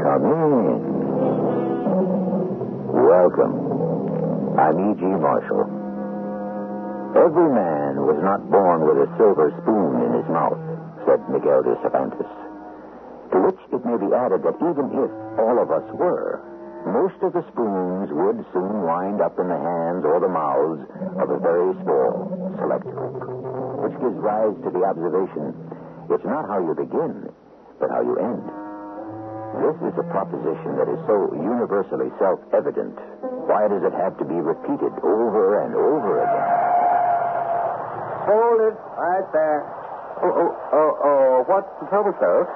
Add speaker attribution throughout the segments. Speaker 1: Come in. Welcome. I'm E.G. Marshall. Every man was not born with a silver spoon in his mouth, said Miguel de Cervantes. To which it may be added that even if all of us were, most of the spoons would soon wind up in the hands or the mouths of a very small, select group. Which gives rise to the observation it's not how you begin, but how you end. This is a proposition that is so universally self evident. Why does it have to be repeated over and over again?
Speaker 2: Hold it right there.
Speaker 1: Oh, oh, oh, oh. What's the trouble, sir?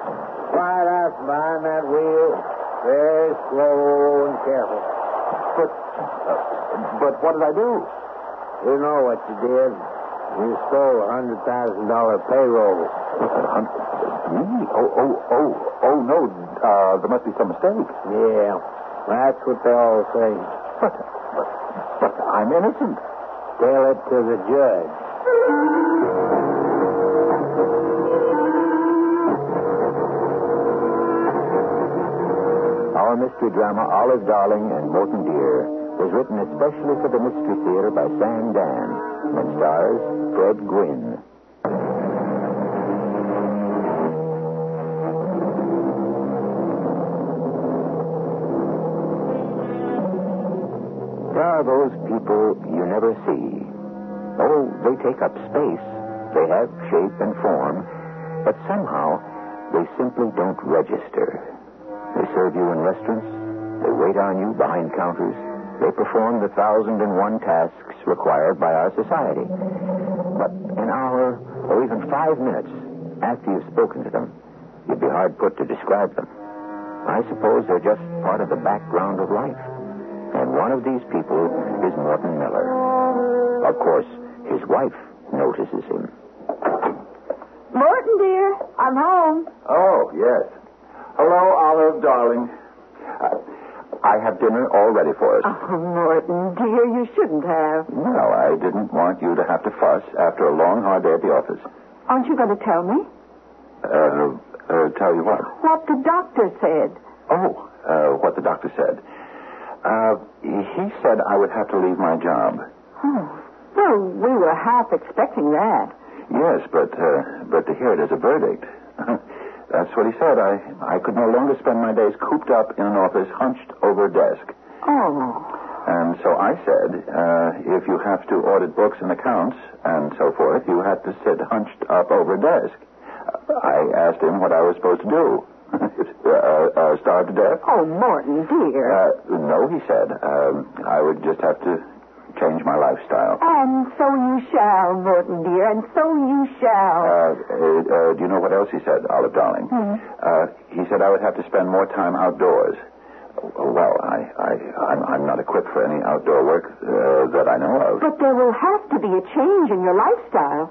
Speaker 2: Right up behind that wheel. Very slow and careful.
Speaker 1: But, uh, but what did I do?
Speaker 2: You know what you did. You stole a hundred thousand dollar payroll.
Speaker 1: Me? Oh, oh, oh, oh, no. Uh, there must be some mistake.
Speaker 2: Yeah. That's what they all say.
Speaker 1: But, but, but I'm innocent.
Speaker 2: Tell it to the judge.
Speaker 1: Our mystery drama, Olive Darling and Morton Dear, was written especially for the Mystery Theater by Sam Dan and stars Fred Gwynn. There are those people you never see. Oh, they take up space, they have shape and form, but somehow they simply don't register. They serve you in restaurants, they wait on you behind counters, they perform the thousand and one tasks required by our society. But an hour or even five minutes after you've spoken to them, you'd be hard put to describe them. I suppose they're just part of the background of life. And one of these people is Morton Miller. Of course, his wife notices him.
Speaker 3: Morton, dear, I'm home.
Speaker 1: Oh, yes. Hello, Olive, darling. Uh, I have dinner all ready for us.
Speaker 3: Oh, Morton, dear, you shouldn't have.
Speaker 1: Well, I didn't want you to have to fuss after a long, hard day at the office.
Speaker 3: Aren't you going to tell me
Speaker 1: Uh, uh, tell you what.
Speaker 3: what the doctor said?
Speaker 1: Oh, uh, what the doctor said. Uh, he said I would have to leave my job.
Speaker 3: Oh, well, we were half expecting that.
Speaker 1: Yes, but uh, but to hear it as a verdict. That's what he said. I I could no longer spend my days cooped up in an office, hunched over a desk.
Speaker 3: Oh,
Speaker 1: And so I said, uh, if you have to audit books and accounts and so forth, you have to sit hunched up over a desk. I asked him what I was supposed to do. uh, uh, starve to death?
Speaker 3: oh, Morton, dear.
Speaker 1: Uh, no, he said. Um, I would just have to change my lifestyle.
Speaker 3: and so you shall, Morton, dear, and so you
Speaker 1: Uh,
Speaker 3: shall.
Speaker 1: uh, uh, do you know what else he said, Olive darling? Uh, he said I would have to spend more time outdoors. Uh, Well, I, I, I'm, I'm not equipped for any outdoor work uh, that I know of.
Speaker 3: But there will have to be a change in your lifestyle.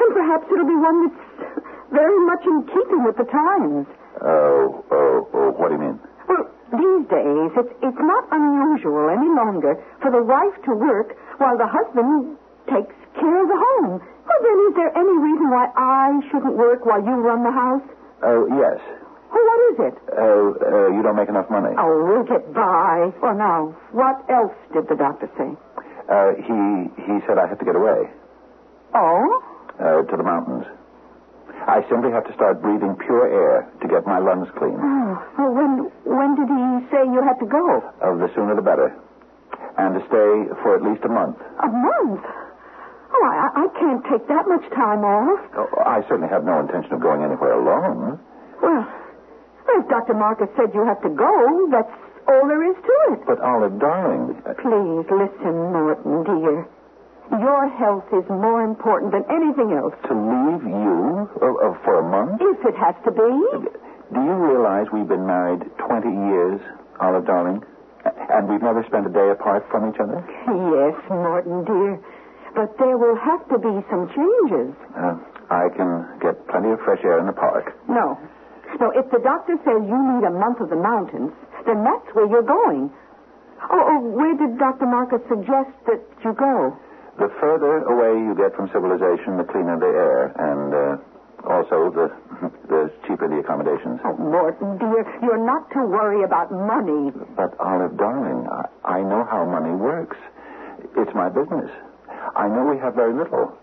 Speaker 3: And perhaps it'll be one that's very much in keeping with the times.
Speaker 1: Oh, oh, oh, what do you mean?
Speaker 3: Well, these days, it's, it's not unusual any longer for the wife to work while the husband takes care of the home. Well, then, is there any reason why I shouldn't work while you run the house?
Speaker 1: Oh, yes.
Speaker 3: Well, what is it?
Speaker 1: Oh, uh, you don't make enough money.
Speaker 3: Oh, we'll get by. Well, now, what else did the doctor say?
Speaker 1: Uh, he, he said I have to get away
Speaker 3: Oh?
Speaker 1: uh, to the mountains. I simply have to start breathing pure air to get my lungs clean.
Speaker 3: Oh, well, when, when did he say you had to go?
Speaker 1: Oh, the sooner the better. And to stay for at least a month.
Speaker 3: A month? Oh, I, I can't take that much time off.
Speaker 1: Oh, I certainly have no intention of going anywhere alone.
Speaker 3: Well, if Dr. Marcus said you have to go, that's all there is to it.
Speaker 1: But, Olive, darling, uh,
Speaker 3: Please listen, Morton, dear. Your health is more important than anything else.
Speaker 1: To leave you uh, uh, for a month?
Speaker 3: If it has to be.
Speaker 1: Do you realize we've been married 20 years, Olive darling? And we've never spent a day apart from each other?
Speaker 3: Yes, Morton, dear. But there will have to be some changes.
Speaker 1: Uh, I can get plenty of fresh air in the park.
Speaker 3: No. No, if the doctor says you need a month of the mountains, then that's where you're going. Oh, oh where did Dr. Marcus suggest that you go?
Speaker 1: The further away you get from civilization, the cleaner the air, and uh, also the, the cheaper the accommodations.
Speaker 3: Oh, Morton, dear, you're not to worry about money.
Speaker 1: But, Olive, darling, I, I know how money works. It's my business. I know we have very little.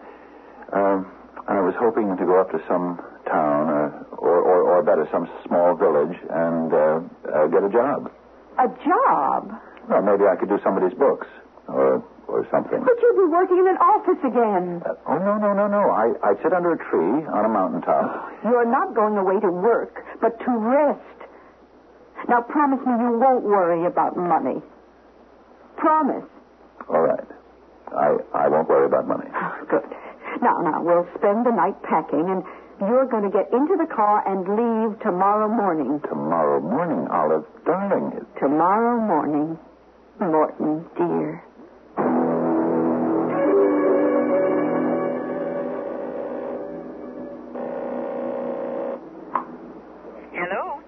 Speaker 1: Um, and I was hoping to go up to some town, uh, or, or, or better, some small village, and uh, uh, get a job.
Speaker 3: A job?
Speaker 1: Well, maybe I could do somebody's books, or, or something.
Speaker 3: But you'll be working in an office again.
Speaker 1: Uh, oh, no, no, no, no. I, I sit under a tree on a mountaintop.
Speaker 3: You're not going away to work, but to rest. Now, promise me you won't worry about money. Promise.
Speaker 1: All right. I, I won't worry about money.
Speaker 3: Oh, Good. Now, now, we'll spend the night packing, and you're going to get into the car and leave tomorrow morning.
Speaker 1: Tomorrow morning, Olive, darling. it-
Speaker 3: Tomorrow morning, Morton, dear.
Speaker 4: Hello?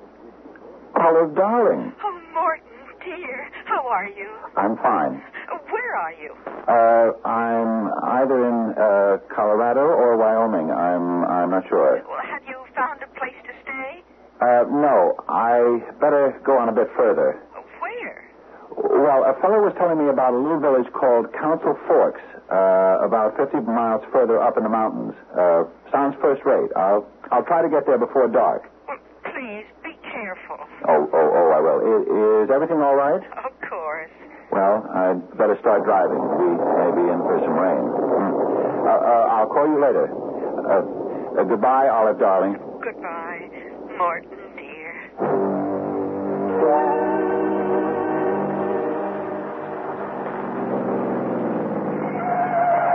Speaker 1: Olive, darling.
Speaker 4: Oh, Morton, dear. How are you?
Speaker 1: I'm fine.
Speaker 4: Where are you?
Speaker 1: Uh, I'm either in uh, Colorado or Wyoming. I'm I'm not sure.
Speaker 4: Well, have you found a place to stay?
Speaker 1: Uh, no, I better go on a bit further.
Speaker 4: Where?
Speaker 1: Well, a fellow was telling me about a little village called Council Forks, uh, about 50 miles further up in the mountains. Uh, sounds first rate. I'll I'll try to get there before dark.
Speaker 4: Well, please, be careful.
Speaker 1: Oh oh oh, I will. Is, is everything all right?
Speaker 4: Of course.
Speaker 1: Well, I'd better start driving. We may be in for some rain. Hmm. Uh, uh, I'll call you later. Uh, uh, goodbye, Olive, darling.
Speaker 4: Goodbye, Morton, dear.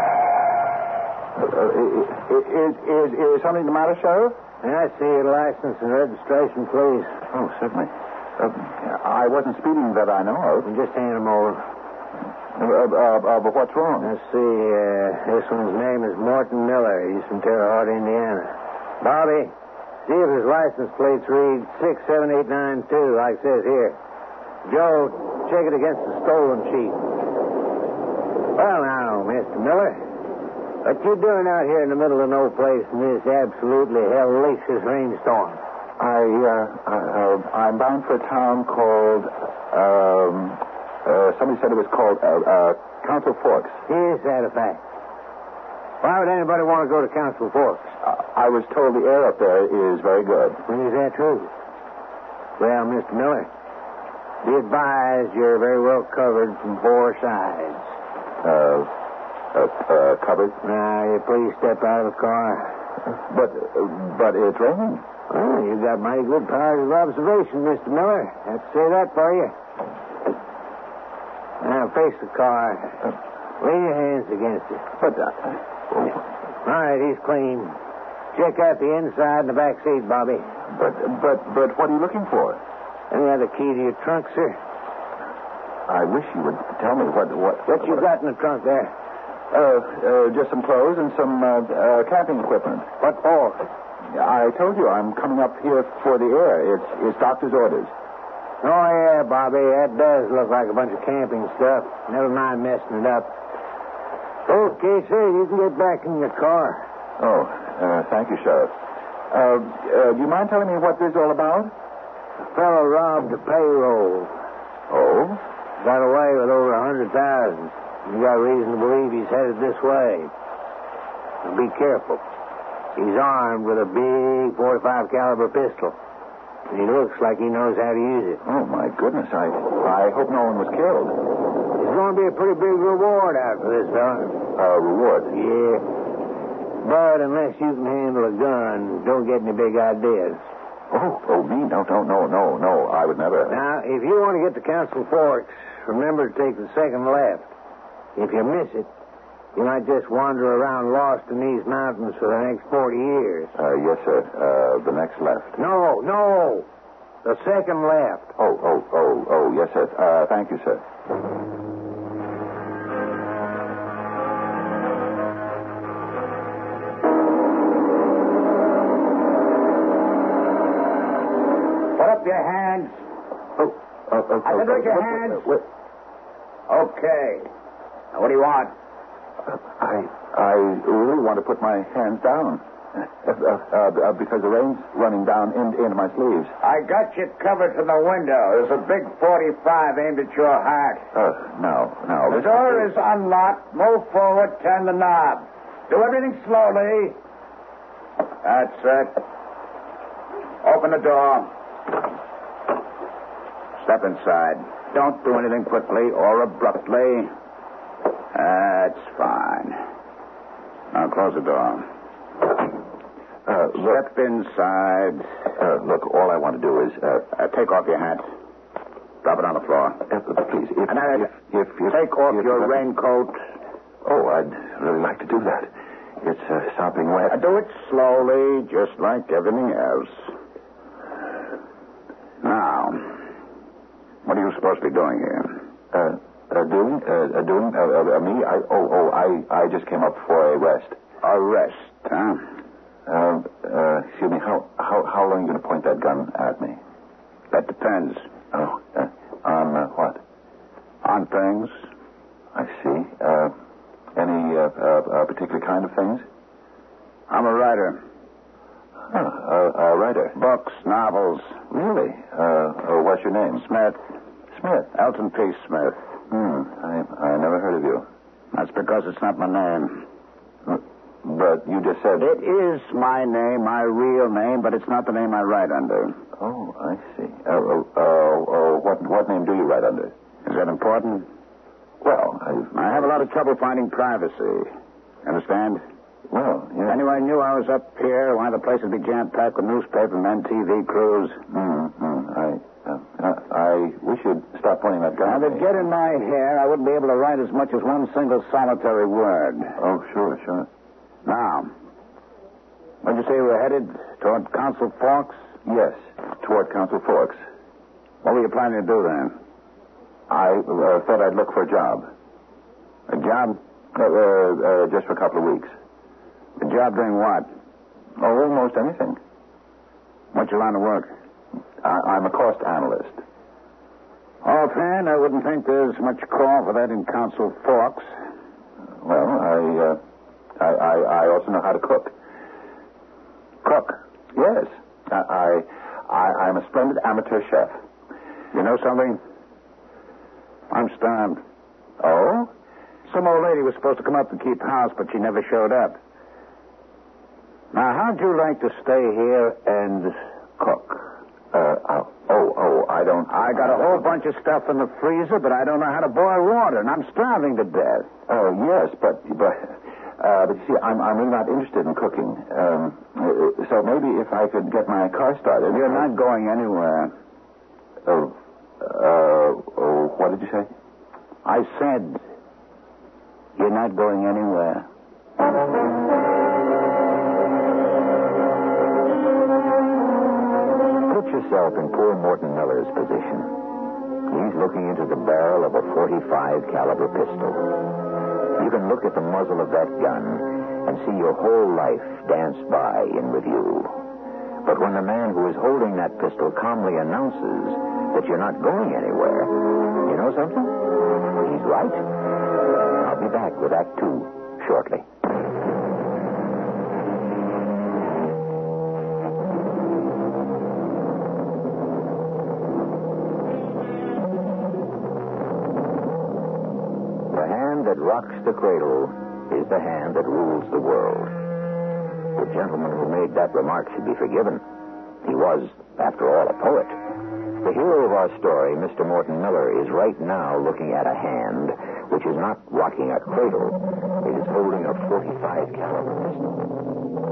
Speaker 1: Uh, uh, is, is, is, is something the matter, Sheriff?
Speaker 2: May I see your license and registration, please?
Speaker 1: Oh, certainly. Uh, I wasn't speeding that I know of.
Speaker 2: Just hand them over.
Speaker 1: Uh, uh, uh, but what's wrong?
Speaker 2: Let's see. Uh, this one's name is Morton Miller. He's from Terre Haute, Indiana. Bobby, see if his license plates read 67892, like it says here. Joe, check it against the stolen sheet. Well, now, Mr. Miller, what you doing out here in the middle of no place in this absolutely hellacious rainstorm?
Speaker 1: I, uh, uh, I'm bound for a town called, um, uh, somebody said it was called, uh, uh, Council Forks.
Speaker 2: Is that a fact? Why would anybody want to go to Council Forks?
Speaker 1: I, I was told the air up there is very good.
Speaker 2: Is that true? Well, Mr. Miller, be advised you're very well covered from four sides.
Speaker 1: Uh, uh, uh, covered.
Speaker 2: Now, you please step out of the car.
Speaker 1: But, but it's raining.
Speaker 2: Well, you've got mighty good powers of observation, Mr. Miller. I have to say that for you. Now, face the car. Lay your hands against it.
Speaker 1: But, uh,
Speaker 2: All right, he's clean. Check out the inside and the back seat, Bobby.
Speaker 1: but, but, but what are you looking for?
Speaker 2: Any other key to your trunk, sir?
Speaker 1: I wish you would tell me what, what,
Speaker 2: What you got in the trunk there?
Speaker 1: Uh, uh, just some clothes and some uh, uh, camping equipment.
Speaker 2: What for?
Speaker 1: I told you I'm coming up here for the air. It's it's doctor's orders.
Speaker 2: Oh, yeah, Bobby, that does look like a bunch of camping stuff. Never mind messing it up. Okay, sir, you can get back in your car.
Speaker 1: Oh, uh, thank you, Sheriff. Uh, uh, do you mind telling me what this is all about?
Speaker 2: A fellow robbed a payroll.
Speaker 1: Oh,
Speaker 2: Got away with over a hundred thousand. You got reason to believe he's headed this way. Now be careful. He's armed with a big forty-five caliber pistol. And he looks like he knows how to use it.
Speaker 1: oh my goodness! I I hope no one was killed.
Speaker 2: There's going to be a pretty big reward out for this, fella.
Speaker 1: Uh, reward?
Speaker 2: Yeah. But unless you can handle a gun, don't get any big ideas.
Speaker 1: Oh, oh me? No, no, no, no, no! I would never.
Speaker 2: Now, if you want to get to Council Forks, remember to take the second left. If you miss it, You might just wander around lost in these mountains for the next 40 years.
Speaker 1: Uh, yes, sir. Uh, the next left.
Speaker 2: No, no. The second left.
Speaker 1: Oh, oh, oh, oh, yes, sir. Uh, thank you, sir.
Speaker 2: Put up your hands.
Speaker 1: Oh, oh, oh.
Speaker 2: I said,
Speaker 1: oh,
Speaker 2: raise your
Speaker 1: oh,
Speaker 2: hands.
Speaker 1: wait,
Speaker 2: Okay. Now, what do you want?
Speaker 1: I, I really want to put my hands down. Uh, uh, uh, because the rain's running down in, into my sleeves.
Speaker 2: I got you covered from the window. There's a big 45 aimed at your heart.
Speaker 1: Uh, no, no.
Speaker 2: The
Speaker 1: this-
Speaker 2: door is unlocked. Move forward. Turn the knob. Do everything slowly. That's it. Open the door. Step inside. Don't do anything quickly or abruptly. That's fine. Now close the door.
Speaker 1: Uh, look,
Speaker 2: Step inside.
Speaker 1: uh, look, all I want to do is, uh,
Speaker 2: Uh, take off your hat. Drop it on the floor.
Speaker 1: uh, please, if,
Speaker 2: And I-
Speaker 1: if, if, if-
Speaker 2: Take off
Speaker 1: if-
Speaker 2: your raincoat.
Speaker 1: Oh, I'd really like to do that. It's uh, sopping wet.
Speaker 2: Uh, Do it slowly, just like everything else. Now, what are you supposed to be doing here?
Speaker 1: Uh, uh, doing? Uh, uh, doing? Uh, uh, uh, me? I, oh, oh, I, I just came up for a rest.
Speaker 2: Arrest, huh?
Speaker 1: Uh, uh, excuse me, how, how, how long are you going to point that gun at me?
Speaker 2: That depends
Speaker 1: Oh, uh, on uh, what?
Speaker 2: on things.
Speaker 1: I see. Uh, any uh, uh, uh, particular kind of things?
Speaker 2: I'm a writer.
Speaker 1: Huh, a, a writer.
Speaker 2: Books, novels.
Speaker 1: Really? Uh, uh, what's your name?
Speaker 2: Smith.
Speaker 1: Smith.
Speaker 2: Elton P. Smith.
Speaker 1: Hmm, I, I never heard of you.
Speaker 2: That's because it's not my name.
Speaker 1: But you just said.
Speaker 2: It is my name, my real name, but it's not the name I write under.
Speaker 1: Oh, I see. Uh, uh, uh, uh, what, what name do you write under?
Speaker 2: Is that important?
Speaker 1: Well, I,
Speaker 2: I have a lot of trouble finding privacy. Understand?
Speaker 1: well, yeah.
Speaker 2: Anyway, I knew I was up here. Why, the place would be jam packed with newspapermen, TV crews.
Speaker 1: Mm, mm, I, uh, uh, I wish you'd stop pointing that
Speaker 2: Now,
Speaker 1: gun. at
Speaker 2: they'd
Speaker 1: me.
Speaker 2: get in my hair, I wouldn't be able to write as much as one single solitary word.
Speaker 1: Oh, sure, sure.
Speaker 2: Now, what'd you say we're headed? Toward Council Forks?
Speaker 1: Yes, toward Council Forks.
Speaker 2: What were you planning to do then?
Speaker 1: I uh, thought I'd look for a job.
Speaker 2: A job?
Speaker 1: Uh, uh, uh, just for a couple of weeks.
Speaker 2: A job doing what?
Speaker 1: Oh, almost anything.
Speaker 2: What you line of work?
Speaker 1: I, I'm a cost analyst.
Speaker 2: Offhand, I wouldn't think there's much call for that in Council Forks.
Speaker 1: Well, I, uh, I, I, I also know how to cook.
Speaker 2: Cook,
Speaker 1: Yes, I, I, I, I'm a splendid amateur chef.
Speaker 2: you know something? I'm stunned.
Speaker 1: Oh?
Speaker 2: Some old lady was supposed to come up and keep house, but she never showed up. Now, how'd you like to stay here and cook?
Speaker 1: Uh, uh, oh, oh, I don't.
Speaker 2: I got a whole bunch of stuff in the freezer, but I don't know how to boil water, and I'm starving to death.
Speaker 1: Oh, yes, but but uh, but you see, I'm I'm really not interested in cooking. Um, uh, so maybe if I could get my car started.
Speaker 2: You're not going anywhere.
Speaker 1: Oh, uh, oh, what did you say?
Speaker 2: I said, you're not going anywhere.
Speaker 1: Put yourself in poor Morton Miller's position. He's looking into the barrel of a 45 caliber pistol. You can look at the muzzle of that gun and see your whole life dance by in review. But when the man who is holding that pistol calmly announces that you're not going anywhere, you know something? He's right. I'll be back with Act Two shortly. The hand that rocks the cradle is the hand that rules the world. The gentleman who made that remark should be forgiven. He was, after all, a poet. The hero of our story, Mr. Morton Miller, is right now looking at a hand which is not rocking a cradle. It is holding a 45 caliber pistol.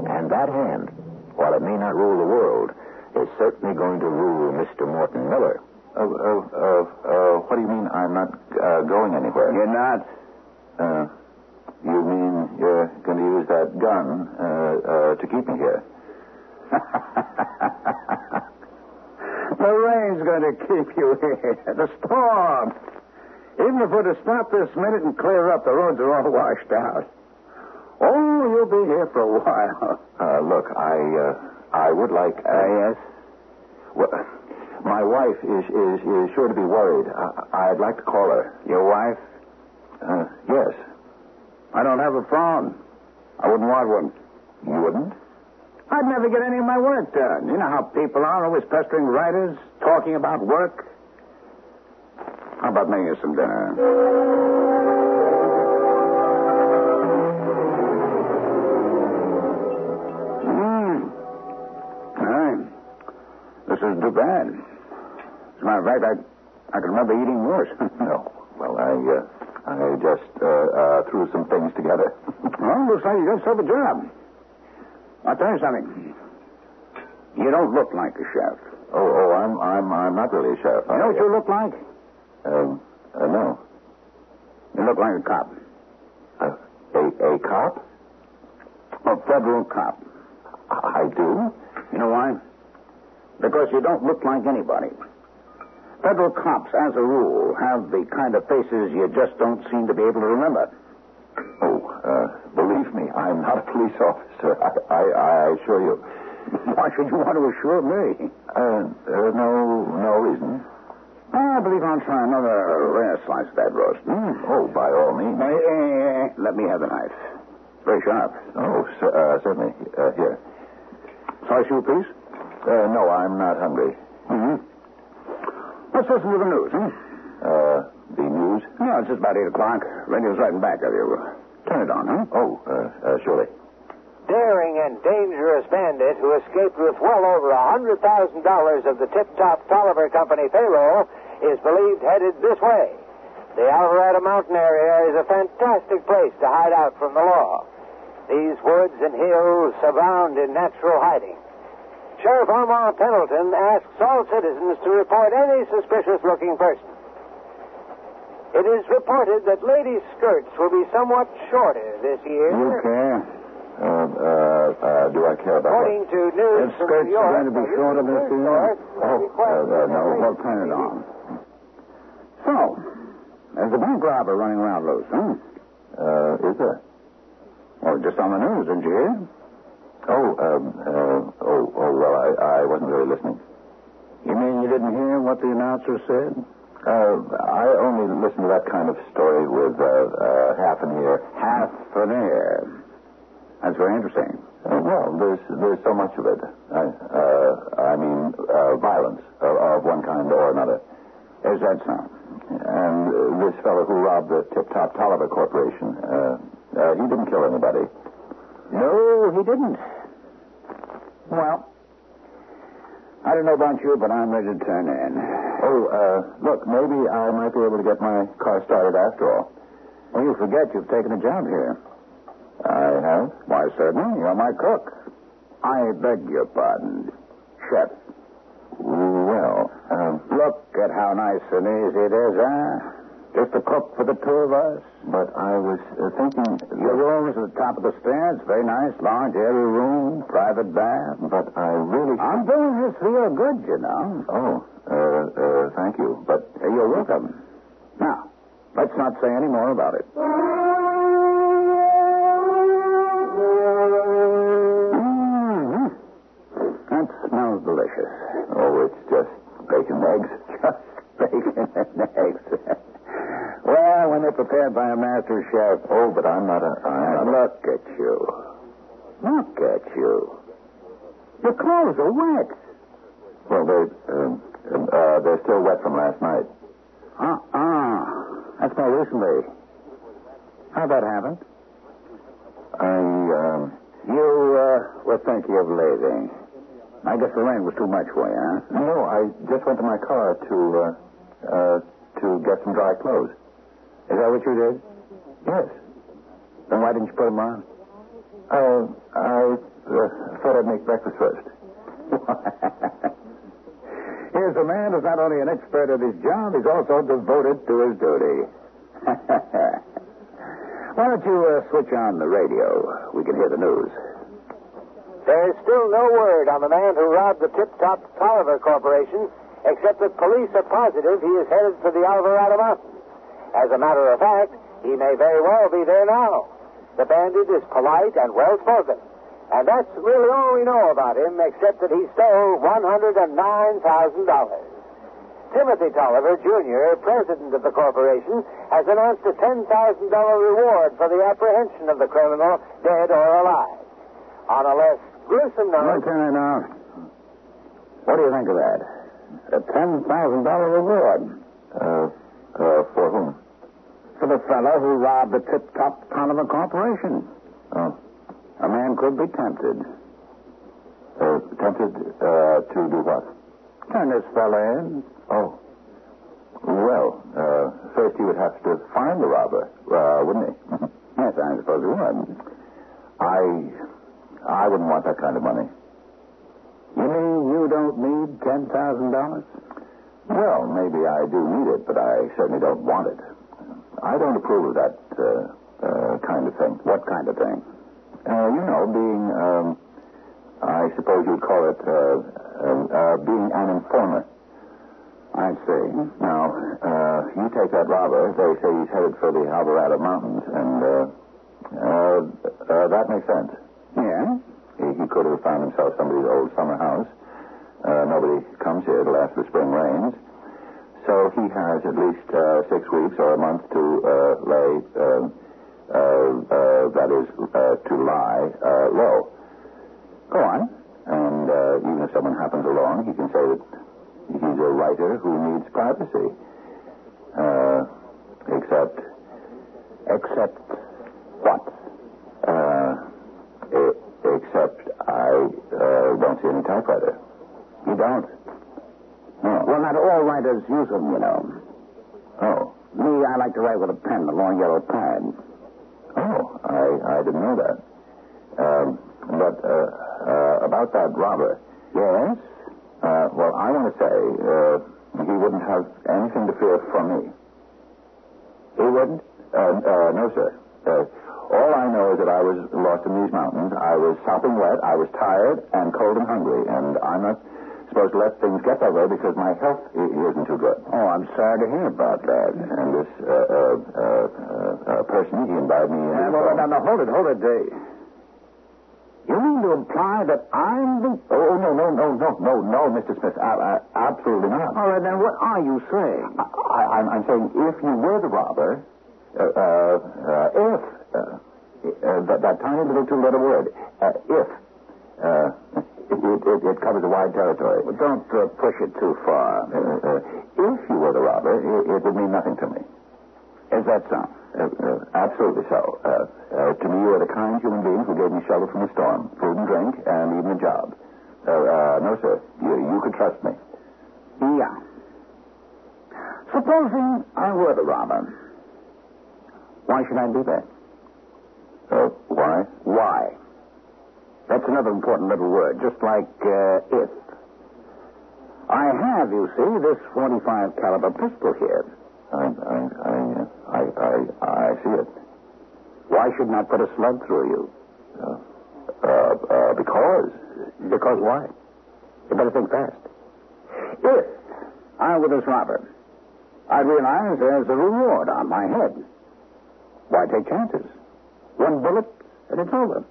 Speaker 1: And that hand, while it may not rule the world, is certainly going to rule Mr. Morton Miller. Oh, oh, oh, oh, what do you mean I'm not uh, going anywhere?
Speaker 2: You're not.
Speaker 1: Uh, you mean
Speaker 5: you're going to use that gun uh, uh, to keep me here.
Speaker 1: The rain's going to keep you here. The storm. Even if we're to stop this minute and clear up, the roads are all washed out. Oh, you'll be here for a while.
Speaker 5: Uh, look, I uh, I would like.
Speaker 1: Uh, yes?
Speaker 5: Well, my wife is, is, is sure to be worried. I, I'd like to call her.
Speaker 1: Your wife?
Speaker 5: Uh, yes.
Speaker 1: I don't have a phone. I wouldn't want one.
Speaker 5: You wouldn't?
Speaker 1: I'd never get any of my work done. You know how people are always pestering writers, talking about work. How about making us some dinner? Mm. Hey, this is too bad. As a matter of fact, I, I can remember eating worse.
Speaker 5: No. Well, I uh, I just uh, uh, threw some things together.
Speaker 1: Well, looks like you got yourself a job. I'll tell you something. You don't look like a chef.
Speaker 5: oh, oh, I'm I'm I'm not really a chef.
Speaker 1: You know what you look like?
Speaker 5: Um, uh, no.
Speaker 1: You look like a cop.
Speaker 5: Uh, a a cop?
Speaker 1: A federal cop.
Speaker 5: I I do.
Speaker 1: You know why? Because you don't look like anybody. Federal cops, as a rule, have the kind of faces you just don't seem to be able to remember.
Speaker 5: Oh, uh, believe me, I'm not a police officer. I I, I assure you.
Speaker 1: Why should you want to assure me?
Speaker 5: Uh, uh, no no reason.
Speaker 1: I believe I'll try another rare slice of that roast.
Speaker 5: Hmm. Oh, by all means.
Speaker 1: Hey, hey, hey, let me have the knife. Very sharp.
Speaker 5: Oh, cer- uh, certainly. Uh, here.
Speaker 1: Slice you a piece?
Speaker 5: Uh, no, I'm not hungry.
Speaker 1: Mm-hmm. Let's listen to the news, hmm?
Speaker 5: Uh, the news?
Speaker 1: Yeah, it's just about 8 o'clock. Radio's right in back of you. Turn it on, huh?
Speaker 5: Oh, uh, uh, surely.
Speaker 2: daring and dangerous bandit who escaped with well over $100,000 of the Tip Top Tolliver Company payroll is believed headed this way. The Alvarado Mountain area is a fantastic place to hide out from the law. These woods and hills abound in natural hiding. Sheriff Omar Pendleton asks all citizens to report any suspicious looking person. It is reported that ladies' skirts will be somewhat shorter this year.
Speaker 1: You care?
Speaker 5: Uh, uh, uh, do I care about
Speaker 2: According to news
Speaker 1: If
Speaker 2: from
Speaker 1: skirts
Speaker 2: New York,
Speaker 1: are going to be shorter than this year.
Speaker 5: Oh, uh,
Speaker 1: No, we'll turn it on. So, there's a bank robber running around loose, huh?
Speaker 5: that? Uh, is there?
Speaker 1: Well, just on the news, didn't you hear?
Speaker 5: Oh, um, uh, oh, oh, well, I, I wasn't really listening.
Speaker 1: You mean you didn't hear what the announcer said?
Speaker 5: Uh, I only listen to that kind of story with, uh, uh, half an ear.
Speaker 1: Half an ear. That's very interesting.
Speaker 5: Uh, well, there's, there's so much of it. I, uh, I mean, uh, violence of, of one kind or another.
Speaker 1: Is that so?
Speaker 5: And uh, this fellow who robbed the Tip Top Tolliver Corporation, uh, uh, he didn't kill anybody.
Speaker 1: No, he didn't. Well, I don't know about you, but I'm ready to turn in.
Speaker 5: Oh, uh, look, maybe I might be able to get my car started after all.
Speaker 1: Well, you forget you've taken a job here.
Speaker 5: I have.
Speaker 1: Why, certainly. You're my cook. I beg your pardon, chef. uh,
Speaker 5: Well, um,
Speaker 1: Look at how nice and easy it is, huh? Just a cook for the two of us.
Speaker 5: but I was uh, thinking.
Speaker 1: Your room is at the top of the stairs. Very nice, large, airy room, private bath.
Speaker 5: But I really.
Speaker 1: I'm doing this for your good, you know.
Speaker 5: Oh, uh, uh, thank you. But
Speaker 1: Hey, You're welcome. Now, let's not say any more about it. Mhm. That smells delicious.
Speaker 5: oh, it's just bacon and eggs.
Speaker 1: Just bacon and eggs. well, when they're prepared by a master chef.
Speaker 5: Oh, but I'm not a.
Speaker 1: Now,
Speaker 5: I'm not
Speaker 1: look at you. Look at you. Your clothes are wet.
Speaker 5: a- well, they um, um, uh, they're still wet from last night.
Speaker 1: Uh-uh. That's more recently. How'd that happen?
Speaker 5: I um,
Speaker 1: You uh, were thinking of leaving. I guess the rain was too much for you, huh?
Speaker 5: no, I just went to my car to uh, uh, to get some dry clothes.
Speaker 1: Is that what you did?
Speaker 5: Yes.
Speaker 1: Then why didn't you put 'em on?
Speaker 5: Uh, I uh, thought I'd make breakfast first.
Speaker 1: Here's a man who's not only an expert at his job, he's also devoted to his duty. Why don't you uh, switch on the radio? We can hear the news.
Speaker 6: There's still no word on the man who robbed the Tip Top Tolliver Corporation, except that police are positive he is headed for the Alvarado Mountains. As a matter of fact, he may very well be there now. The bandit is polite and well spoken. And that's really all we know about him, except that he stole $109,000. Timothy Tolliver, Jr., president of the corporation, has announced a $10,000 reward for the apprehension of the criminal, dead or alive. On a less gruesome note,
Speaker 1: Lieutenant, now, what do you think of that? A ten thousand dollar reward. Uh, uh, for whom? For the fellow who robbed the Tip Top Conover Corporation. Oh. A man could be tempted. Uh, tempted uh, to do what? Turn this fella in. Oh. Well, uh, first he would have to find the robber, uh, wouldn't he? yes, I suppose he would. I, I wouldn't want that kind of money. You mean you don't need ten thousand dollars? Well, maybe I do need it, but I certainly don't want it. I don't approve of that uh, uh, kind of thing. What kind of thing? Uh, you know, being, um, I suppose you'd call it uh, uh, uh, being an informer. I see. Now, uh, you take that robber. They say he's headed for the Alvarado Mountains, and uh, uh, uh, that makes sense. Yeah? He, he could have found himself somebody's old summer house. Uh, nobody comes here till after the spring rains. So he has at least uh, six weeks or a month to uh, lay, uh, uh, uh, that is, uh, to lie uh, low. Go on. And uh, even if someone happens along, he can say that he's a writer who needs privacy. Uh, except, except what? Uh, e- except I uh, don't see any typewriter. You don't? No. Well, not all writers use them, you know. Oh. Me, I like to write with a pen, a long yellow pad. Oh, I, I didn't know that. Um, but uh, uh, about that robber. Yes? Uh, well, I want to say uh, he wouldn't have anything to fear from me. He wouldn't? Uh, uh, no, sir. Uh, all I know is that I was lost in these mountains. I was sopping wet. I was tired and cold and hungry. And I'm not supposed to let things get that way because my health I- isn't too good. Oh, I'm sorry to hear about that. And this uh, uh, uh, uh, uh, person, he invited me in.
Speaker 2: Yeah, well, now, now, hold it, hold it. Uh,
Speaker 1: You mean to imply that I'm the. Oh, oh, no, no, no, no, no, no, Mr. Smith. I, I, absolutely not.
Speaker 2: all right, then, what are you saying?
Speaker 1: I, I, I'm- I'm saying if you were the robber, uh, uh, uh, if. Uh, uh, that, that tiny little two letter word, uh, if. Uh, it, it, it, it covers a wide territory. But don't uh, push it too far. Uh, uh, if you were the robber, it, it would mean nothing to me. Is that so? Uh, uh, absolutely so. Uh, uh, to me, you are the kind human being who gave me shelter from the storm, food and drink, and even a job. Uh, uh, no, sir. You, you could trust me.
Speaker 2: Yeah.
Speaker 1: Supposing I were the robber, why should I do that? Uh, why? Why? That's another important little word, just like uh, if. I have, you see, this 45 caliber pistol here. I, I, I, I, I, I see it. Why shouldn't I put a slug through you? Uh, uh, uh, because. Because why? You better think fast. If I were this robber, I realize there's a reward on my head. Why take chances? One bullet, and it's over.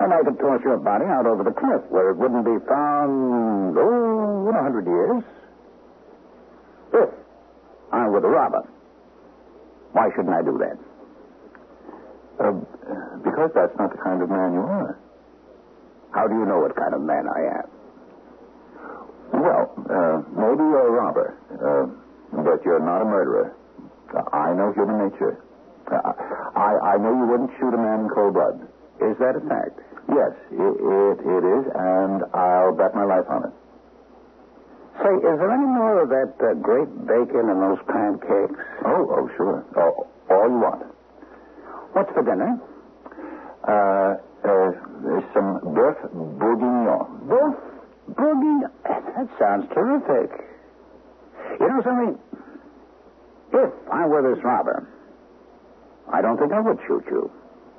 Speaker 1: And I could toss your body out over the cliff where it wouldn't be found, oh, in a hundred years. If I were the robber, why shouldn't I do that? Uh, because that's not the kind of man you are. How do you know what kind of man I am? Well, uh, maybe you're a robber, uh, but you're not a murderer. Uh, I know human nature. Uh, I, I know you wouldn't shoot a man in cold blood. Is that a fact? Yes, it, it, it is, and I'll bet my life on it.
Speaker 2: Say, is there any more of that uh, great bacon and those pancakes?
Speaker 1: Oh, oh, sure. Oh, all you want.
Speaker 2: What's for dinner?
Speaker 1: Uh, uh, some beef bourguignon.
Speaker 2: Both bourguignon. That sounds terrific. You know something? If I were this robber,
Speaker 1: I don't think I would shoot you.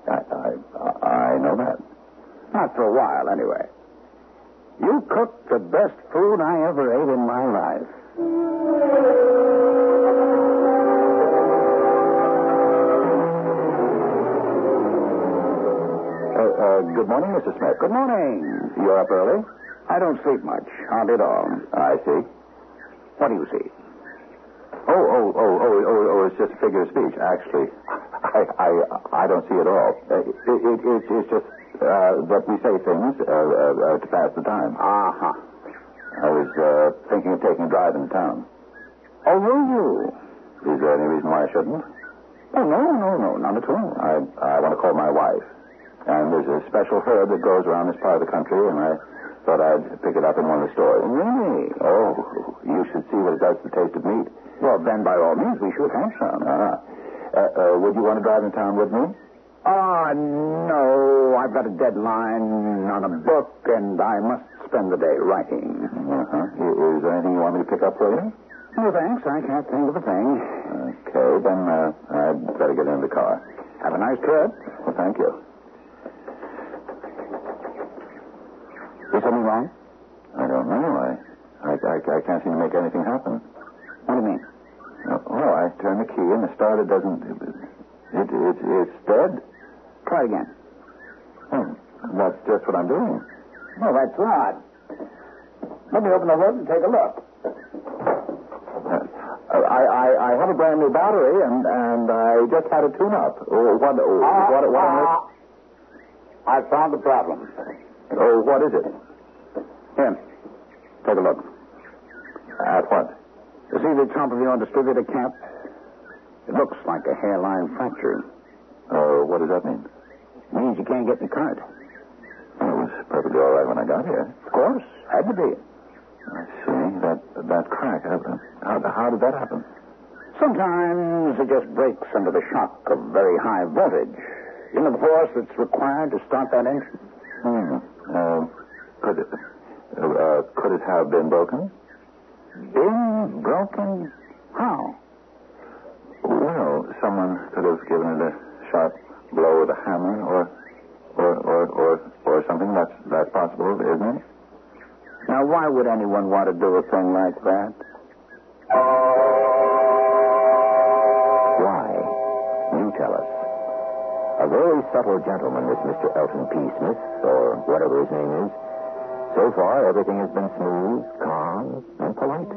Speaker 1: I, I, I know that. Not for a while, anyway. You cooked the best food I ever ate in my life. Uh, uh, good morning, Mr. Smith. Good morning. You're up early? I don't sleep much. Aren't at all. I see. What do you see? Oh, oh, oh, oh, oh, oh, it's just a figure of speech. Actually, I, I, I don't see it all. Uh, It, it, it, it's just uh, that we say things uh, uh, uh, to pass the time. Uh-huh. I was uh, thinking of taking a drive in town. Oh, were you? Is there any reason why I shouldn't? Oh, no, no, no, none at all. I, I want to call my wife. And there's a special herb that grows around this part of the country, and I thought I'd pick it up in one of the stores. Really? Oh, you should see what it does to the taste of meat. Well, then, by all means, we should have some. Uh-huh. Uh, uh, would you want to drive in town with me? Ah, no. I've got a deadline on a book, and I must spend the day writing. Uh-huh. I- Is there anything you want me to pick up for you? No, thanks. I can't think of a thing. Okay, then uh, I'd better get in the car. Have a nice trip. Well, thank you. Is something wrong? I don't know. I, I, I, I can't seem to make anything happen. What do you mean? Well, Uh, oh, I turn the key and the starter doesn't. It, it, it's dead. Try again. that's just what I'm doing. Well, Oh, that's odd. Let me open the hood and take a look. Uh, I, I, I have a brand new battery and, and I just had a tune up. What, oh, what, what on earth? Ah, I found the problem. Oh, what is it? Here, take a look. At what? You see the top of your distributor cap? It looks like a hairline fracture. Oh, what does that mean? It means you can't get in the cart. It was perfectly all right when I got here. Of course, had to be. I see. That that crack. How, how, how did that happen? Sometimes it just breaks under the shock of very high voltage. You know the force that's required to start that engine? Hmm. Uh, could, it, uh, uh, could it have been broken? Been broken? How? Well, someone could have given it a sharp blow with a hammer or or or or, or something. That's, that's possible, isn't it? Now, why would anyone want to do a thing like that? Why? You tell us. A very subtle gentleman, this Mr. Elton P. Smith, or whatever his name is. So far, everything has been smooth, calm, and polite.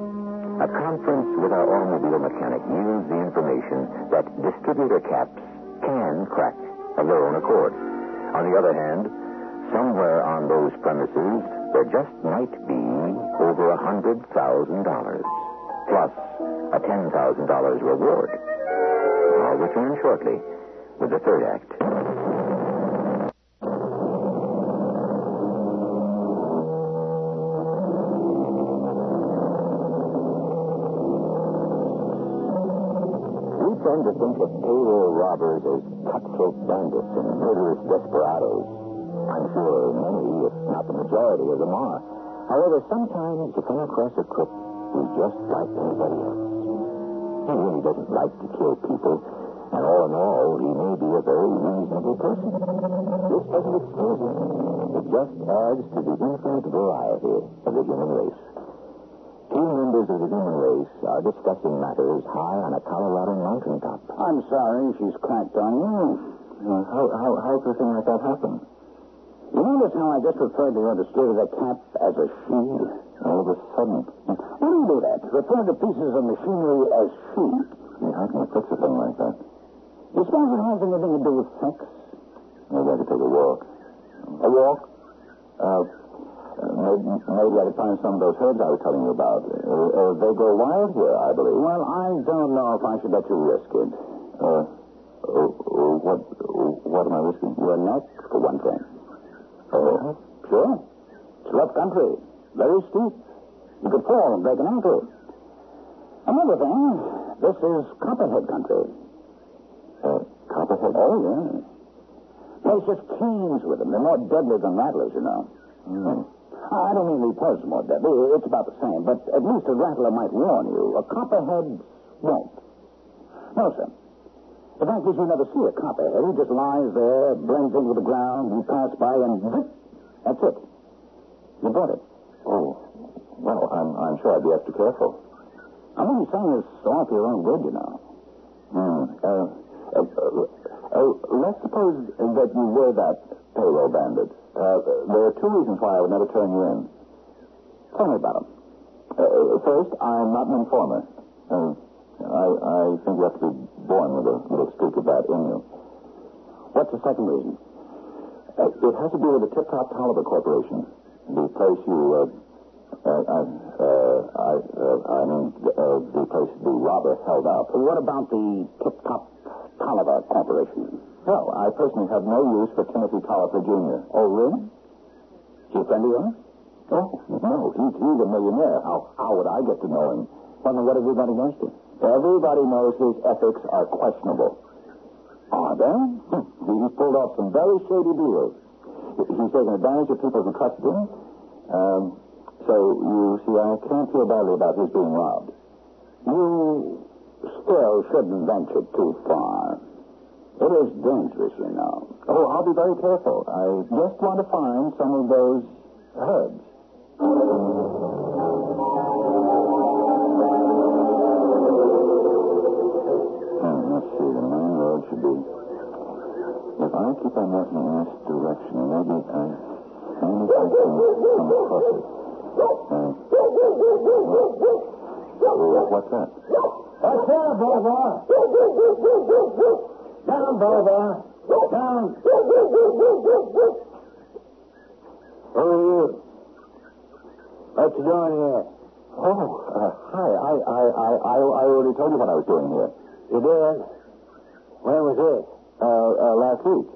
Speaker 1: A conference with our automobile mechanic yields the information that distributor caps can crack of their own accord. On the other hand, somewhere on those premises, there just might be over a $100,000, plus a $10,000 reward. I'll return shortly with the third act. We tend to think of payroll robbers as cutthroat bandits and murderous desperados. I'm sure many, if not the majority of them are. However, sometimes you come across a crook who's just like anybody else. He really doesn't like to kill people, and all in all, he may be a very reasonable person. This doesn't excuse him. It just adds to the infinite variety of the human race. Two members of the human race are discussing matters high on a Colorado mountaintop. I'm sorry she's cracked on you. how, how, how could a thing like that happen? You notice how I just referred to your distributor cap as a she? All of a sudden. Why do you do that? Refer to pieces of machinery as she. how can you fix a thing like that? You suppose it has anything to do with sex? Maybe I could take a walk. A walk? Uh, maybe, maybe I could find some of those herbs I was telling you about. Uh, uh, they grow wild here, I believe. Well, I don't know if I should let you risk it. Uh, uh, uh, what, uh, what am I risking? Your neck, for one thing. Oh, sure. It's rough country, very steep. You could fall and break an ankle. Another thing, this is Copperhead country. Uh, Copperhead? Oh, yeah. There's just canes with them. They're more deadly than rattlers, you know. Uh, I don't mean repulse more deadly. It's about the same, but at least a rattler might warn you. A copperhead won't. No, sir. The bank gives you never see a copperhead. He just lies there, blends in with the ground. You pass by and zip. That's it. You bought it. Oh. Well, I'm, I'm sure I'd be extra careful. I wouldn't sign this off your own good, you know. Hmm. Uh, uh, uh, uh, let's suppose that you were that payroll bandit. Uh, there are two reasons why I would never turn you in. Tell me about them. Uh, first, I'm not an informer. Uh, I, I think you have to be born with a little streak of that in you. What's the second reason? Uh, it has to do with the Tip Top Tolliver Corporation, the place you, uh, uh, I, uh, I, uh, I mean, uh, the place the robber held up. What about the Tip Top Tolliver Corporation? Well, I personally have no use for Timothy Tolliver Jr. Oh, really? Is he a friend of yours? Oh, no. He's, he's a millionaire. How, how would I get to know him? Well, then what have you got against him? Everybody knows his ethics are questionable. Are they? Hmm. He's pulled off some very shady deals. He- He's taken advantage of people who trusted him. Um, so, you see, I can't feel badly about his being robbed. You still shouldn't venture too far. It is dangerous, you know. Oh, I'll be very careful. I just want to find some of those herbs. Hmm, let's see. The main road should be. If I keep on walking in this direction, maybe I. Maybe I can come across it. Uh, well, Uh, what's that? What's that, Boulevard? Down, Boulevard. Down. Who are you? What you doing here? Oh, uh, hi. I, I, I, I, I already told you what I was doing here. You did? When was this? Uh, uh, last week.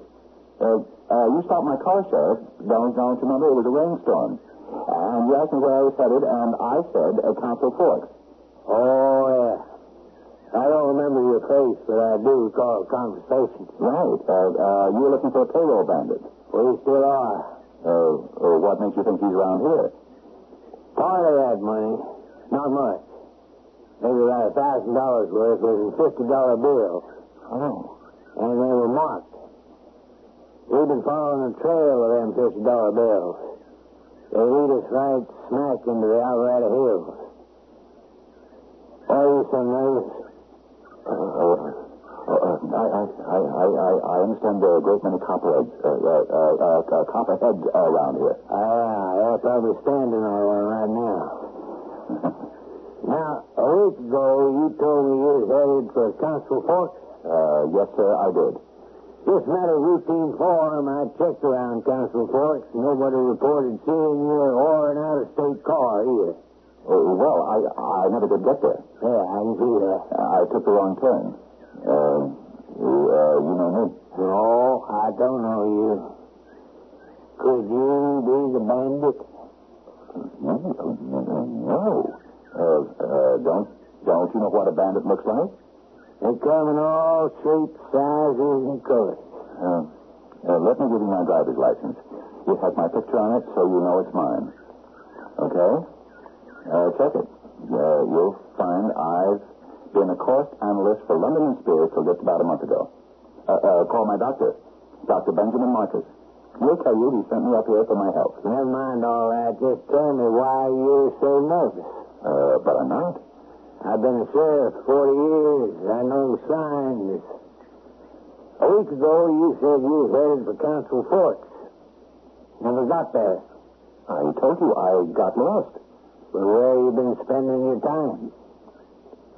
Speaker 1: Uh, uh, you stopped my car, Sheriff. Don't, don't you remember? It was a rainstorm. And you asked me where I was headed, and I said uh, Council Forks. Oh, yeah. I don't remember your face, but I do recall a conversation. Right. Uh, uh, you were looking for a payroll bandit. We still are. Uh, uh, what makes you think he's around here? Part of that money. Not much. Maybe about a thousand dollars worth was in fifty dollar bills. Oh. And they were marked. We've been following the trail of them fifty dollar bills. They lead us right smack into the Alvarado Hills. Why are you so nervous? Uh, uh, uh, I, I, I, I, I I understand there are a great many copperheads, uh, uh, uh, uh, copperheads around here. Ah, they're probably standing on one right now. Now, a week ago, you told me you was headed for Council Forks. Uh, yes, sir, I did. Just met a routine form. I checked around Council Forks. Nobody reported seeing you or an out-of-state car either. Oh, well, I, I never did get there. Yeah, I can see that. I took the wrong turn. Uh, you, uh, you know me? No, I don't know you. Could you be the bandit? No, no. Uh, uh, don't don't you know what a bandit looks like? They come in all shapes, sizes, and colors. Uh, uh, let me give you my driver's license. It has my picture on it, so you know it's mine. Okay? Uh, check it. Uh, you'll find I've been a cost analyst for London and Spears till just about a month ago. Uh, uh, call my doctor, Dr. Benjamin Marcus. He'll tell you he sent me up here for my health. Never mind all that. Just tell me why you're so nervous. Uh, but I'm not. I've been a sheriff 40 years. I know the signs. A week ago, you said you was headed for Council Forks. Never got there. I told you I got lost. Well, where you been spending your time?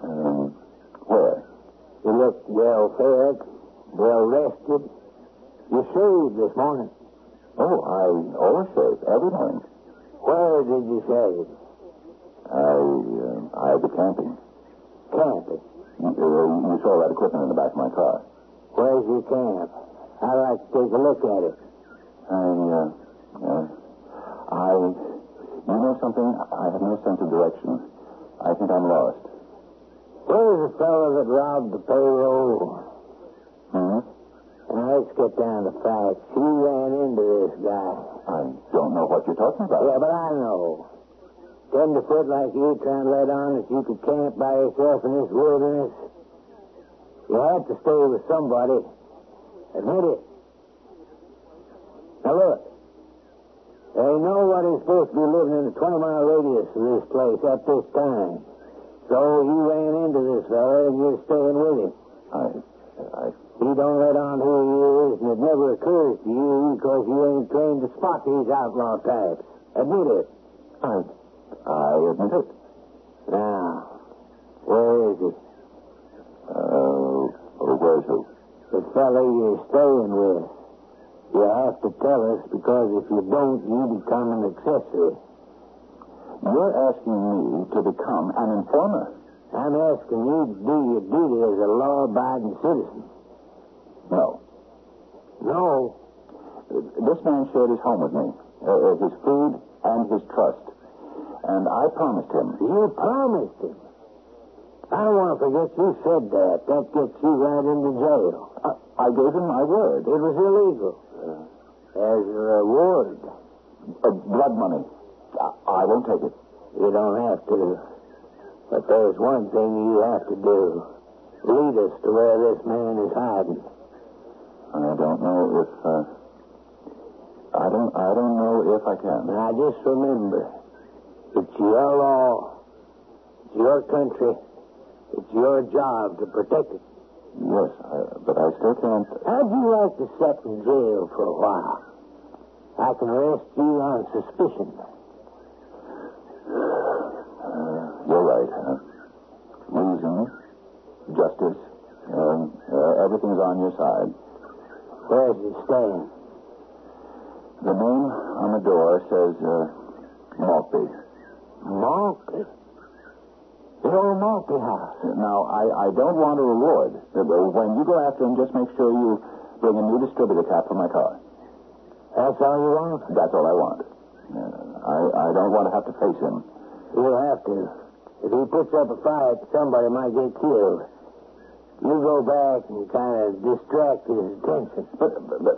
Speaker 1: Um, where? You look well fed, well rested. You shaved this morning. Oh, I always shave every morning. Where did you shave? I uh, I was camping. Camping? You, uh, you saw that equipment in the back of my car. Where's your camp? I'd like to take a look at it. I uh, uh, I you know something? I have no sense of direction. I think I'm lost. Where's the fellow that robbed the payroll? Hmm? Now let's get down to facts. He ran into this guy. I don't know what you're talking about. Yeah, but I know. Ten to foot like you trying to let on that you could camp by yourself in this wilderness.
Speaker 2: You had to stay with somebody. Admit it. Now look. They know what is supposed to be living in a 20 mile radius of this place at this time. So you ran into this fella and you're staying with him.
Speaker 1: I, I,
Speaker 2: He don't let on who he is, and it never occurs to you because you ain't trained to spot these outlaw types. Admit it.
Speaker 1: I, I admit it.
Speaker 2: Now, where is he?
Speaker 1: Uh, where's who?
Speaker 2: The fella you're staying with. You have to tell us because if you don't, you become an accessory.
Speaker 1: You're asking me to become an informer.
Speaker 2: I'm asking you to do your duty as a law-abiding citizen.
Speaker 1: No.
Speaker 2: No.
Speaker 1: This man shared his home with me, uh, his food, and his trust. And I promised him.
Speaker 2: You promised him. I don't want to forget you said that. That gets you right into jail.
Speaker 1: I, I gave him my word.
Speaker 2: It was illegal. As a reward.
Speaker 1: Uh, blood money. I, I won't take it.
Speaker 2: You don't have to. But there's one thing you have to do. Lead us to where this man is hiding.
Speaker 1: I don't know if. Uh, I don't. I don't know if I can.
Speaker 2: Now, just remember, it's your law, it's your country, it's your job to protect it.
Speaker 1: Yes, I, but I still can't.
Speaker 2: How'd you like to set in jail for a while? I can arrest you on suspicion.
Speaker 1: You're right. Uh, reason, justice, um, uh, everything's on your side.
Speaker 2: Where's he staying?
Speaker 1: The name on the door says uh, Maltby.
Speaker 2: Malky. The old Malky house.
Speaker 1: uh, Now, I, I don't want a reward. Uh, When you go after him, just make sure you bring a new distributor cap for my car.
Speaker 2: That's all you want?
Speaker 1: That's all I want. Uh, I, I don't want to have to face him.
Speaker 2: You'll have to. If he puts up a fight, somebody might get killed. You go back and kind of distract his attention.
Speaker 1: But, but, but,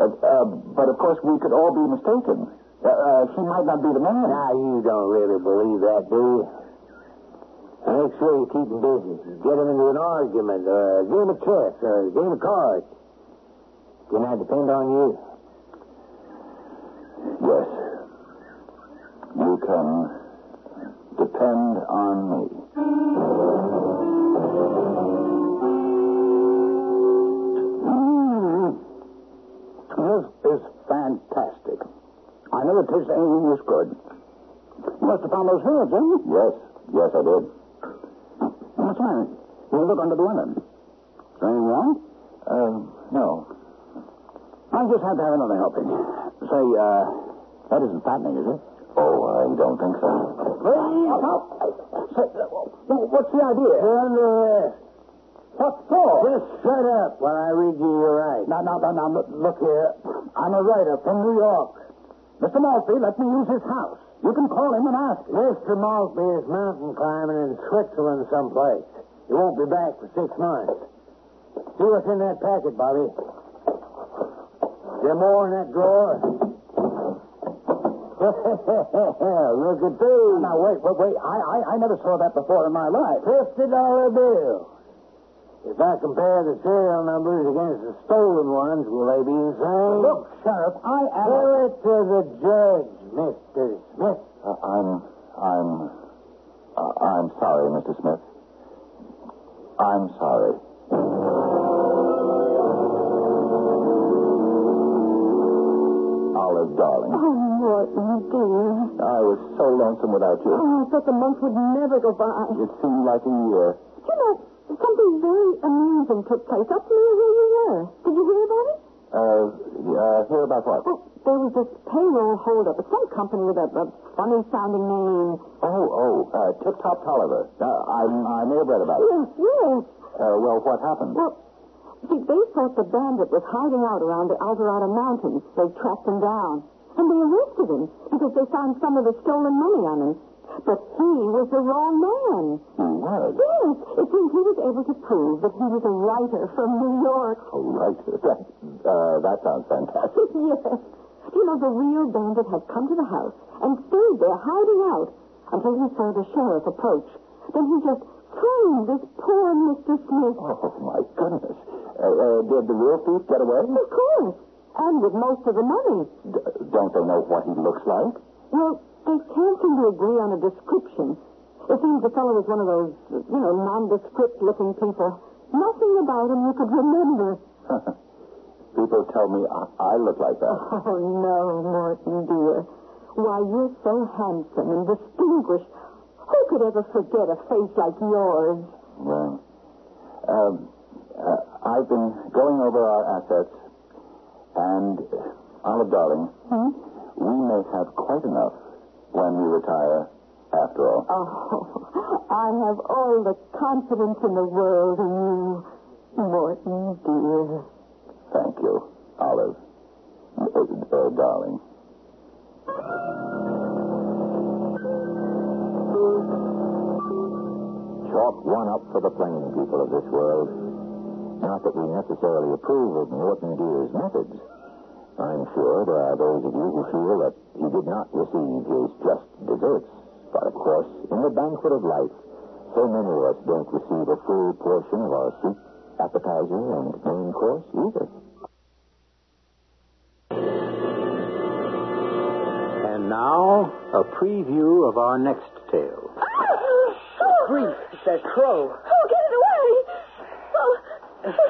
Speaker 1: uh, uh, but of course, we could all be mistaken. Uh, uh, he might not be the man.
Speaker 2: Now you don't really believe that, do you? Now, Make sure you keep him busy. Get him into an argument, or give him a chess, uh, or give him a card. Can I depend on you?
Speaker 1: Yes. You can depend on me. Hmm. This is fantastic. I never tasted anything this good. You must have found those hills, eh? Yes, yes, I did. What's the matter? You look under the window. Is there anything wrong? Uh, no. I just had to have another helping. Say, uh, that isn't fattening, is it? Oh, I don't think so. Please help! Say, uh, what's the idea?
Speaker 2: Turn the rest.
Speaker 1: What for?
Speaker 2: uh, Just shut up while I read you your rights.
Speaker 1: Now, now, now, now, look, look here. I'm a writer from New York. Mr. Maltby let me use his house. You can call him and ask him.
Speaker 2: Mr. Maltby is mountain climbing in Switzerland someplace. He won't be back for six months. See what's in that packet, Bobby. Is there more in that drawer? Look at these.
Speaker 1: Now, wait, wait, wait. I, I, I never saw that before in my life.
Speaker 2: Fifty dollar bill. If I compare the serial numbers against the stolen ones, will they be the same?
Speaker 1: Look, Sheriff, I am...
Speaker 2: Show it to the judge, Mr. Smith.
Speaker 1: Uh, I'm, I'm, uh, I'm sorry, Mr. Smith. I'm sorry. Olive, darling,
Speaker 3: Oh, Morton, dear.
Speaker 1: I was so lonesome without you.
Speaker 3: Oh, I thought the month would never go by.
Speaker 1: It seemed like a year.
Speaker 3: You know, something very amusing took place up near where you were. Did you hear about it?
Speaker 1: Uh, uh, hear about what?
Speaker 3: Well, there was this payroll holdup at some company with a, a funny-sounding name.
Speaker 1: Oh, oh, uh, Tip Top Tolliver. Uh, I, I may have read about it.
Speaker 3: Yes, yes.
Speaker 1: Uh, well, what happened?
Speaker 3: Well, see, they thought the bandit was hiding out around the Alvarado Mountains. They tracked him down. And they arrested him because they found some of the stolen money on him. But he was the wrong man.
Speaker 1: He was
Speaker 3: Yes, it seems he was able to prove that he was a writer from New York.
Speaker 1: a writer. That, uh, that sounds fantastic.
Speaker 3: yes. You know, the real bandit had come to the house and stayed there hiding out until he saw the sheriff approach. Then he just
Speaker 7: kind, this poor Mr. Smith.
Speaker 1: Oh, my goodness. Uh, uh, did the real thief get away?
Speaker 7: Of course. And with most of the money.
Speaker 1: D- don't they know what he looks like?
Speaker 7: Well, they can't seem to agree on a description. It seems the fellow was one of those, you know, nondescript looking people. Nothing about him you could remember.
Speaker 1: People tell me I, I look like that.
Speaker 7: Oh, no, Morton, dear. Why, you're so handsome and distinguished. Who could ever forget a face like yours?
Speaker 1: Well, um, uh, I've been going over our assets, and uh, Olive, darling, we may have quite enough when we retire. After all,
Speaker 7: Oh, I have all the confidence in the world in you, Morton, dear.
Speaker 1: thank you, Olive, uh, uh, darling. Chalk one up for the plain people of this world. Not that we necessarily approve of Morton Deer's methods. I'm sure there are those of you who feel that he did not receive his just deserts. But of course, in the banquet of life, so many of us don't receive a full portion of our soup, appetizer, and main course either.
Speaker 8: And now, a preview of our next tale.
Speaker 2: Grief, that crow.
Speaker 7: Oh, get it away! Oh,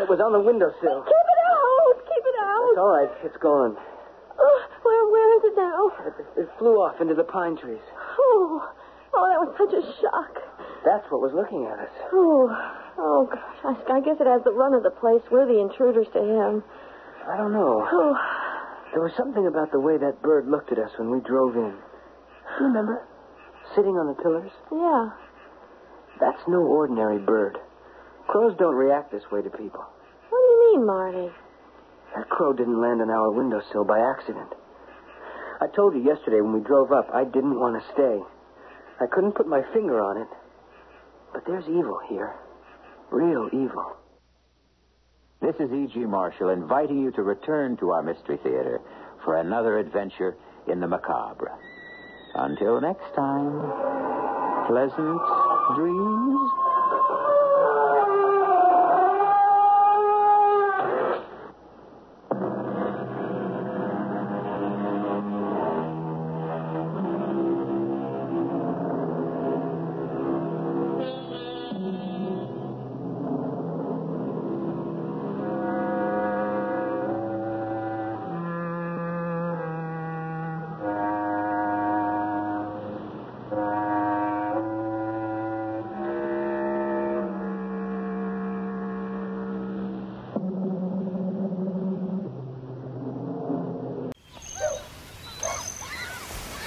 Speaker 2: It was on the windowsill.
Speaker 7: keep it out! Keep it out!
Speaker 2: It's all right. It's gone.
Speaker 7: Oh, where, where is it now?
Speaker 2: It, it flew off into the pine trees.
Speaker 7: Oh, oh, that was such a shock.
Speaker 2: That's what was looking at us.
Speaker 7: Oh, oh gosh, I, I guess it has the run of the place. We're the intruders to him.
Speaker 2: I don't know.
Speaker 7: Oh,
Speaker 2: There was something about the way that bird looked at us when we drove in. Do you remember? Sitting on the pillars?
Speaker 7: yeah.
Speaker 2: That's no ordinary bird. Crows don't react this way to people.
Speaker 7: What do you mean, Marty?
Speaker 2: That crow didn't land on our windowsill by accident. I told you yesterday when we drove up, I didn't want to stay. I couldn't put my finger on it. But there's evil here. Real evil.
Speaker 9: This is E.G. Marshall inviting you to return to our Mystery Theater for another adventure in the macabre. Until next time, pleasant dreams.